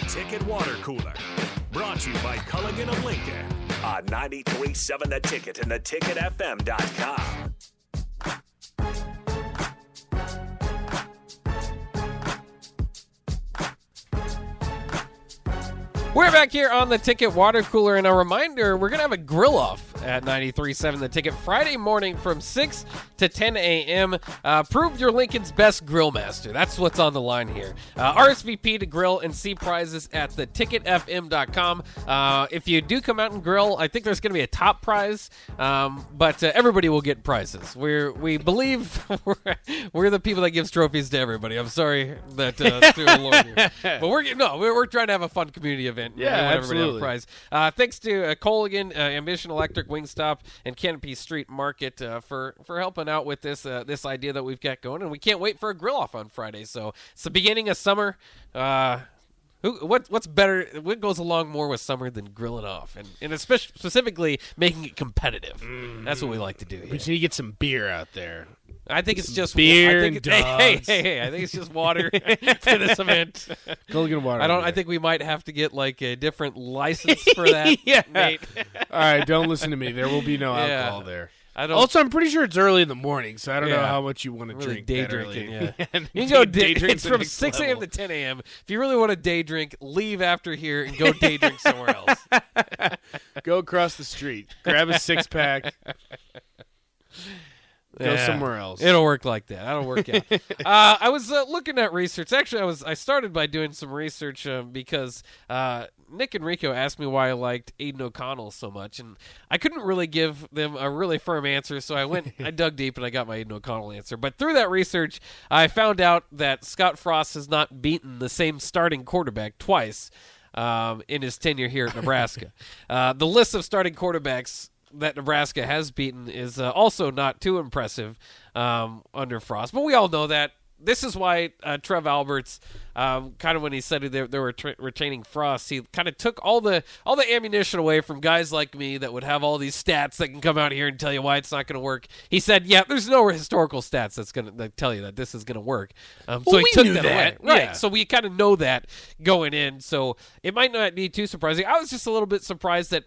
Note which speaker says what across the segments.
Speaker 1: Ticket Water Cooler. Brought to you by Culligan of Lincoln on 937 The Ticket and theticketfm.com.
Speaker 2: We're back here on the Ticket Water Cooler, and a reminder we're going to have a grill off at 93.7 The Ticket Friday morning from 6 to 10 a.m. Uh, prove you're Lincoln's best grill master. That's what's on the line here. Uh, RSVP to grill and see prizes at theticketfm.com. Uh, if you do come out and grill, I think there's going to be a top prize, um, but uh, everybody will get prizes. We're, we believe we're, we're the people that gives trophies to everybody. I'm sorry that uh, to alarm you. But we're, no, we're, we're trying to have a fun community event.
Speaker 3: Yeah,
Speaker 2: We want everybody to have a
Speaker 3: absolutely.
Speaker 2: prize prize. Uh, thanks to uh, Colligan, uh, Ambition Electric, Wingstop, and Canopy Street Market uh, for for helping out with this uh, this idea that we've got going, and we can't wait for a grill off on Friday. So it's the beginning of summer. Uh, who, what what's better? What goes along more with summer than grilling off, and and especially specifically making it competitive? That's what we like to do.
Speaker 3: We
Speaker 2: Here.
Speaker 3: just need to get some beer out there.
Speaker 2: I think it's just
Speaker 3: beer
Speaker 2: I
Speaker 3: and
Speaker 2: think, it- hey,
Speaker 3: dogs.
Speaker 2: hey, hey, hey! I think it's just water for this event.
Speaker 3: Gilligan water.
Speaker 2: I don't. I think we might have to get like a different license for that.
Speaker 3: Yeah.
Speaker 2: Nate.
Speaker 3: All right, don't listen to me. There will be no
Speaker 2: Yeah.
Speaker 3: alcohol there.
Speaker 2: I don't.
Speaker 3: Also, I'm pretty sure it's early in the morning, so I don't know
Speaker 2: Yeah.
Speaker 3: how much you want to
Speaker 2: really
Speaker 3: drink.
Speaker 2: day
Speaker 3: that
Speaker 2: drinking.
Speaker 3: early.
Speaker 2: Yeah,
Speaker 3: And
Speaker 2: you can go day.
Speaker 3: day drink's
Speaker 2: It's
Speaker 3: the
Speaker 2: from
Speaker 3: next
Speaker 2: six a.m.
Speaker 3: level.
Speaker 2: to ten a.m. If you really want a day drink, leave after here and go day drink somewhere else.
Speaker 3: Go across the street, grab a six pack, go
Speaker 2: Yeah.
Speaker 3: somewhere else.
Speaker 2: It'll work like that. That'll work out. uh, I was uh, looking at research. Actually, I was I started by doing some research um, because uh, Nick and Rico asked me why I liked Aiden O'Connell so much, and I couldn't really give them a really firm answer. So I went, I dug deep, and I got my Aiden O'Connell answer. But through that research, I found out that Scott Frost has not beaten the same starting quarterback twice. Um, in his tenure here at Nebraska, uh, the list of starting quarterbacks that Nebraska has beaten is uh, also not too impressive um, under Frost. But we all know that. This is why uh, Trev Alberts, um, kind of when he said they, they were tra- retaining Frost, he kind of took all the all the ammunition away from guys like me that would have all these stats that can come out here and tell you why it's not going to work. He said, "Yeah, there's no historical stats that's going to tell you that this is going to work." Um, so
Speaker 3: Well,
Speaker 2: he
Speaker 3: we
Speaker 2: took
Speaker 3: knew
Speaker 2: that,
Speaker 3: that.
Speaker 2: away, right?
Speaker 3: Yeah.
Speaker 2: So we kind of know that going in, so it might not be too surprising. I was just a little bit surprised that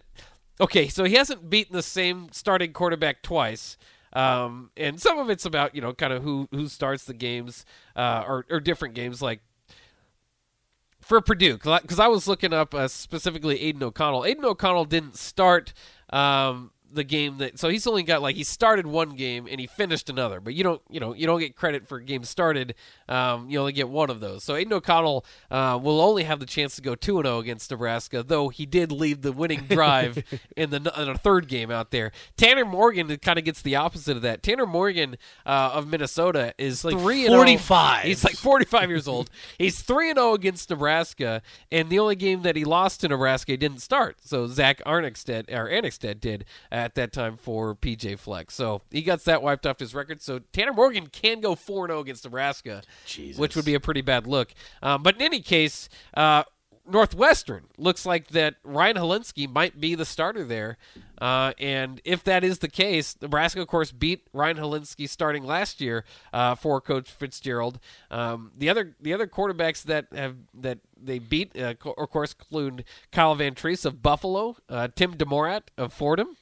Speaker 2: okay, so he hasn't beaten the same starting quarterback twice. Um, and some of it's about you know kind of who who starts the games uh, or or different games like for Purdue because I was looking up uh, specifically Aiden O'Connell. Aiden O'Connell didn't start um, the game that, so he's only got like he started one game and he finished another. But you don't, you know, you don't get credit for games started. Um, you only get one of those. So Aiden O'Connell uh, will only have the chance to go two and zero against Nebraska, though he did lead the winning drive in the in a third game out there. Tanner Morgan kind of gets the opposite of that. Tanner Morgan uh, of Minnesota is like three and oh.
Speaker 3: 45.
Speaker 2: He's like 45 years old. He's 3 and 0 against Nebraska, and the only game that he lost to Nebraska he didn't start. So Zach Arnixted or Arnixted did at that time for PJ Fleck. So he gets that wiped off his record. So Tanner Morgan can go 4 and 0 against Nebraska, which would be a pretty bad look. Um, but in any case, uh, Northwestern looks like that Ryan Helinski might be the starter there. Uh, and if that is the case, Nebraska, of course, beat Ryan Helinski starting last year uh, for Coach Fitzgerald. Um, the other the other quarterbacks that have that they beat, uh, co- of course, include Kyle Van Treese of Buffalo, uh, Tim DeMorat of Fordham,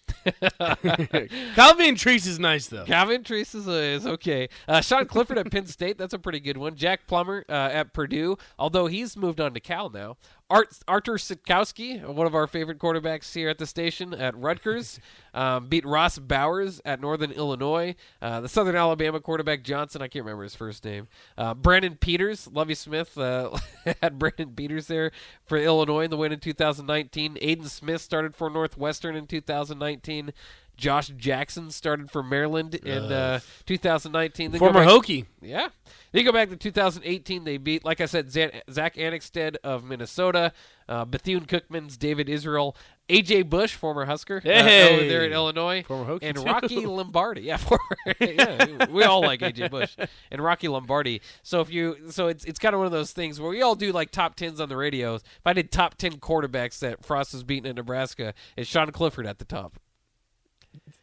Speaker 3: Calvin Treese is nice though.
Speaker 2: Calvin Treese is, uh, is okay. Uh, Sean Clifford at Penn State, that's a pretty good one. Jack Plummer uh, at Purdue, although he's moved on to Cal now. Art, Arthur Sitkowski, one of our favorite quarterbacks here at the station at Rutgers, um, beat Ross Bowers at Northern Illinois. Uh, the Southern Alabama quarterback Johnson, I can't remember his first name. Uh, Brandon Peters, Lovey Smith uh, had Brandon Peters there for Illinois in the win in 2019. Aiden Smith started for Northwestern in 2019. Josh Jackson started for Maryland in uh, 2019. Then go
Speaker 3: Former
Speaker 2: back-
Speaker 3: Hokie.
Speaker 2: Yeah. Then you go back to 2018. They beat, like I said, Zan- Zach Anixted of Minnesota, uh, Bethune Cookman's David Israel, A.J. Bush, former Husker, uh,
Speaker 3: Hey.
Speaker 2: over there at Illinois,
Speaker 3: Former Hokie,
Speaker 2: and
Speaker 3: too.
Speaker 2: Rocky Lombardi. Yeah, former, yeah, we all like A.J. Bush and Rocky Lombardi. So if you, so it's it's kind of one of those things where we all do like top tens on the radios. If I did top ten quarterbacks that Frost has beaten in Nebraska, is Sean Clifford at the top.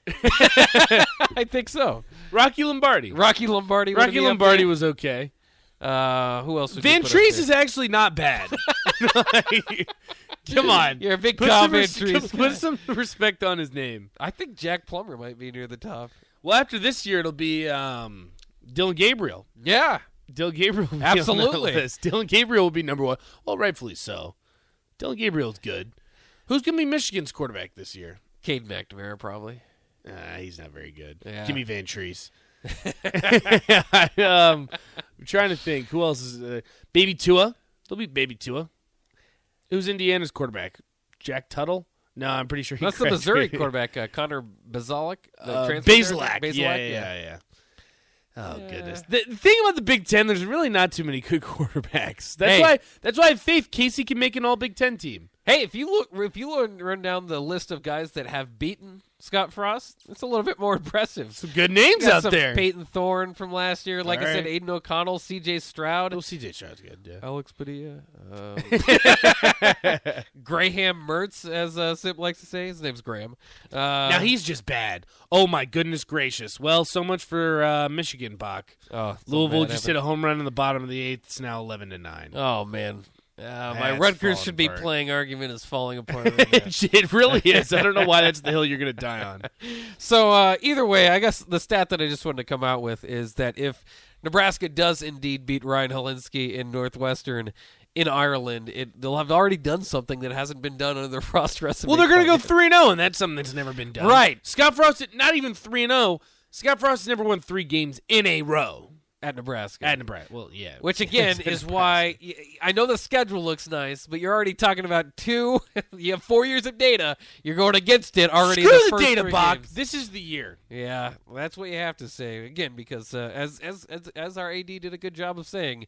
Speaker 2: I think so.
Speaker 3: Rocky Lombardi.
Speaker 2: Rocky Lombardi. would
Speaker 3: Rocky
Speaker 2: be up
Speaker 3: Lombardi
Speaker 2: there.
Speaker 3: was okay.
Speaker 2: Uh, who else? Would you
Speaker 3: Van
Speaker 2: put up
Speaker 3: Trees
Speaker 2: there?
Speaker 3: is actually not bad. Like, come on.
Speaker 2: You're a big
Speaker 3: put
Speaker 2: Kyle
Speaker 3: some,
Speaker 2: Van
Speaker 3: res-
Speaker 2: Trees guy.
Speaker 3: put some respect on his name.
Speaker 2: I think Jack Plummer might be near the top.
Speaker 3: Well, after this year, it'll be um, Dylan Gabriel.
Speaker 2: Yeah,
Speaker 3: Dylan Gabriel will be on
Speaker 2: Absolutely.
Speaker 3: that list. Dylan Gabriel will be number one. Well, rightfully so. Dylan Gabriel's good. Who's going to be Michigan's quarterback this year?
Speaker 2: Cade McNamara probably.
Speaker 3: Uh, he's not very good.
Speaker 2: Yeah.
Speaker 3: Give me Van Trees. um, I'm trying to think. Who else is uh, Baby Tua? There'll be Baby Tua. Who's Indiana's quarterback? Jack Tuttle? No, I'm pretty sure he
Speaker 2: That's the Missouri
Speaker 3: graduated.
Speaker 2: quarterback, uh, Connor Bazalek. the
Speaker 3: Uh,
Speaker 2: transfer there.
Speaker 3: Basilak.
Speaker 2: Basilak,
Speaker 3: Yeah, yeah, yeah, yeah. Oh goodness! The, the thing about the Big Ten, there's really not too many good quarterbacks. That's
Speaker 2: Hey.
Speaker 3: why. That's why I have faith Casey can make an All Big Ten team.
Speaker 2: Hey, if you look, if you run- run down the list of guys that have beaten Scott Frost, it's a little bit more impressive.
Speaker 3: Some good names
Speaker 2: Got
Speaker 3: out
Speaker 2: some
Speaker 3: there.
Speaker 2: Peyton Thorne from last year. Like I
Speaker 3: All
Speaker 2: said,
Speaker 3: right.
Speaker 2: Aiden O'Connell, C.J. Stroud,
Speaker 3: oh, CJ Stroud's good. Yeah.
Speaker 2: Alex Padilla, um, Graham Mertz, as uh, Sip likes to say. His name's Graham. Uh,
Speaker 3: now he's just bad. Oh my goodness gracious! Well, so much for uh, Michigan, Bach.
Speaker 2: oh, so
Speaker 3: Louisville
Speaker 2: bad
Speaker 3: just
Speaker 2: happened.
Speaker 3: hit a home run in the bottom of the eighth. It's now eleven to nine.
Speaker 2: Oh man, uh, my
Speaker 3: That's
Speaker 2: Rutgers
Speaker 3: falling
Speaker 2: should be
Speaker 3: apart.
Speaker 2: playing argument is falling apart. right now.
Speaker 3: it really is. I don't know why that's the hill you're going to die on.
Speaker 2: So uh, either way, I guess the stat that I just wanted to come out with is that if Nebraska does indeed beat Ryan Helinski in Northwestern in Ireland, it, they'll have already done something that hasn't been done under the Frost recipe.
Speaker 3: Well, they're going to go
Speaker 2: card.
Speaker 3: 3 0, and that's something that's never been done.
Speaker 2: Right.
Speaker 3: Scott Frost, did- not even 3 0. Scott Frost has never won three games in a row
Speaker 2: at Nebraska.
Speaker 3: at Nebraska. Well, yeah.
Speaker 2: which again
Speaker 3: It's
Speaker 2: is
Speaker 3: Nebraska.
Speaker 2: why y- I know the schedule looks nice, but you're already talking about two. you have four years of data. You're going against it already. in
Speaker 3: Screw
Speaker 2: the,
Speaker 3: the
Speaker 2: first
Speaker 3: data
Speaker 2: three
Speaker 3: box.
Speaker 2: games.
Speaker 3: This is the year.
Speaker 2: Yeah, well, that's what you have to say again, because uh, as, as as as our AD did a good job of saying,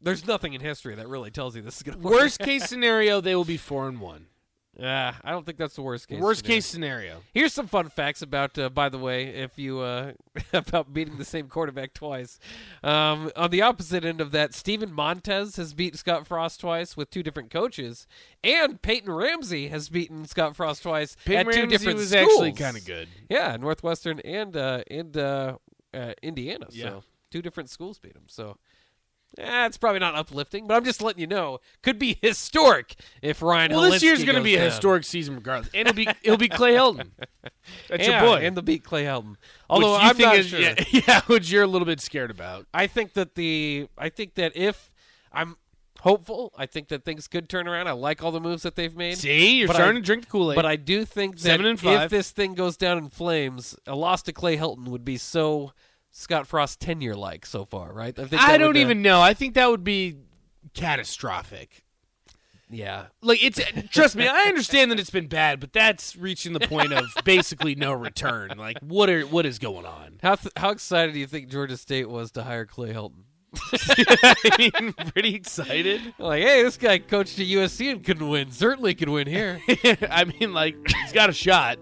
Speaker 2: there's nothing in history that really tells you this is gonna work.
Speaker 3: Worst case scenario, they will be 4 and 1.
Speaker 2: Yeah, Ah, I don't think that's the worst case.
Speaker 3: Worst
Speaker 2: scenario.
Speaker 3: case scenario.
Speaker 2: Here's some fun facts about, uh, by the way, if you uh, about beating the same quarterback twice. Um, on the opposite end of that, Steven Montez has beat Scott Frost twice with two different coaches, and Peyton Ramsey has beaten Scott Frost twice
Speaker 3: Peyton
Speaker 2: at two
Speaker 3: Ramsey
Speaker 2: different
Speaker 3: was
Speaker 2: schools.
Speaker 3: actually kind of good.
Speaker 2: Yeah, Northwestern and uh, and uh, uh, Indiana.
Speaker 3: Yeah.
Speaker 2: So two different schools beat him. So eh, it's probably not uplifting, but I'm just letting you know. Could be historic if Ryan.
Speaker 3: Well, this year's
Speaker 2: going
Speaker 3: going to
Speaker 2: to
Speaker 3: be a historic season regardless. And it'll be, it'll be Clay Helton. That's
Speaker 2: yeah,
Speaker 3: your boy.
Speaker 2: and the beat Clay Helton.
Speaker 3: Which
Speaker 2: Although
Speaker 3: you
Speaker 2: I'm
Speaker 3: think
Speaker 2: not
Speaker 3: is-
Speaker 2: sure.
Speaker 3: yeah, yeah, which you're a little bit scared about.
Speaker 2: I think that the I think that if I'm hopeful, I think that things could turn around. I like all the moves that they've made.
Speaker 3: See, you're
Speaker 2: But I-
Speaker 3: starting to drink the Kool Aid.
Speaker 2: But I do think that
Speaker 3: Seven and
Speaker 2: if
Speaker 3: five.
Speaker 2: this thing goes down in flames, a loss to Clay Helton would be so Scott Frost tenure like so far, right? think
Speaker 3: I
Speaker 2: that
Speaker 3: don't
Speaker 2: would, uh,
Speaker 3: even know. I think that would be catastrophic.
Speaker 2: Yeah.
Speaker 3: Like it's trust me, I understand that it's been bad, but that's reaching the point of basically no return. Like what are what is going on?
Speaker 2: How th- how excited do you think Georgia State was to hire Clay Helton?
Speaker 3: I mean, pretty excited.
Speaker 2: Like, hey, this guy coached at USC and couldn't win. Certainly could win here.
Speaker 3: I mean, like he's got a shot.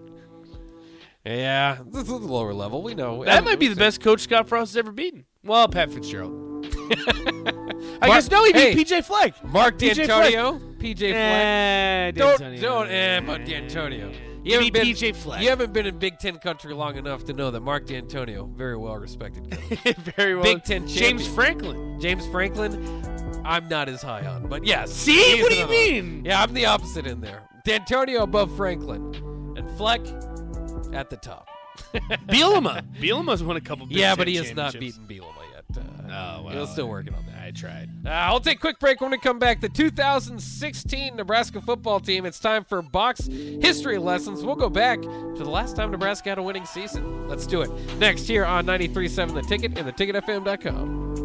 Speaker 2: yeah, this is the lower level. We know
Speaker 3: That might be the best coach Scott Frost has ever beaten. Well, Pat Fitzgerald. I
Speaker 2: Mark-
Speaker 3: guess no, he beat
Speaker 2: hey.
Speaker 3: PJ Fleck.
Speaker 2: Mark
Speaker 3: PJ Fleck.
Speaker 2: D'Antonio, PJ Fleck.
Speaker 3: Eh,
Speaker 2: Don't
Speaker 3: D'Antonio.
Speaker 2: don't eh, but D'Antonio. You
Speaker 3: Give
Speaker 2: haven't
Speaker 3: me
Speaker 2: been
Speaker 3: PJ Fleck.
Speaker 2: You haven't been in Big Ten country long enough to know that Mark D'Antonio, very well respected coach.
Speaker 3: Very well.
Speaker 2: Big Ten
Speaker 3: James
Speaker 2: champion.
Speaker 3: Franklin.
Speaker 2: James Franklin, I'm not as high on, but yeah.
Speaker 3: See?
Speaker 2: he's
Speaker 3: What do you
Speaker 2: another one.
Speaker 3: mean?
Speaker 2: Yeah, I'm the opposite in there. D'Antonio above Franklin, and Fleck at the top.
Speaker 3: Bielema. Bielema's won a couple. Big
Speaker 2: yeah,
Speaker 3: Ten
Speaker 2: but he has not
Speaker 3: championships.
Speaker 2: beaten Bielema yet. Uh,
Speaker 3: Oh, well.
Speaker 2: He's still working on that.
Speaker 3: I tried.
Speaker 2: Uh, I'll take a quick break when we come back. The 2016 Nebraska football team. It's time for box history lessons. We'll go back to the last time Nebraska had a winning season. Let's do it next here on 93.7 The Ticket and theticketfm.com.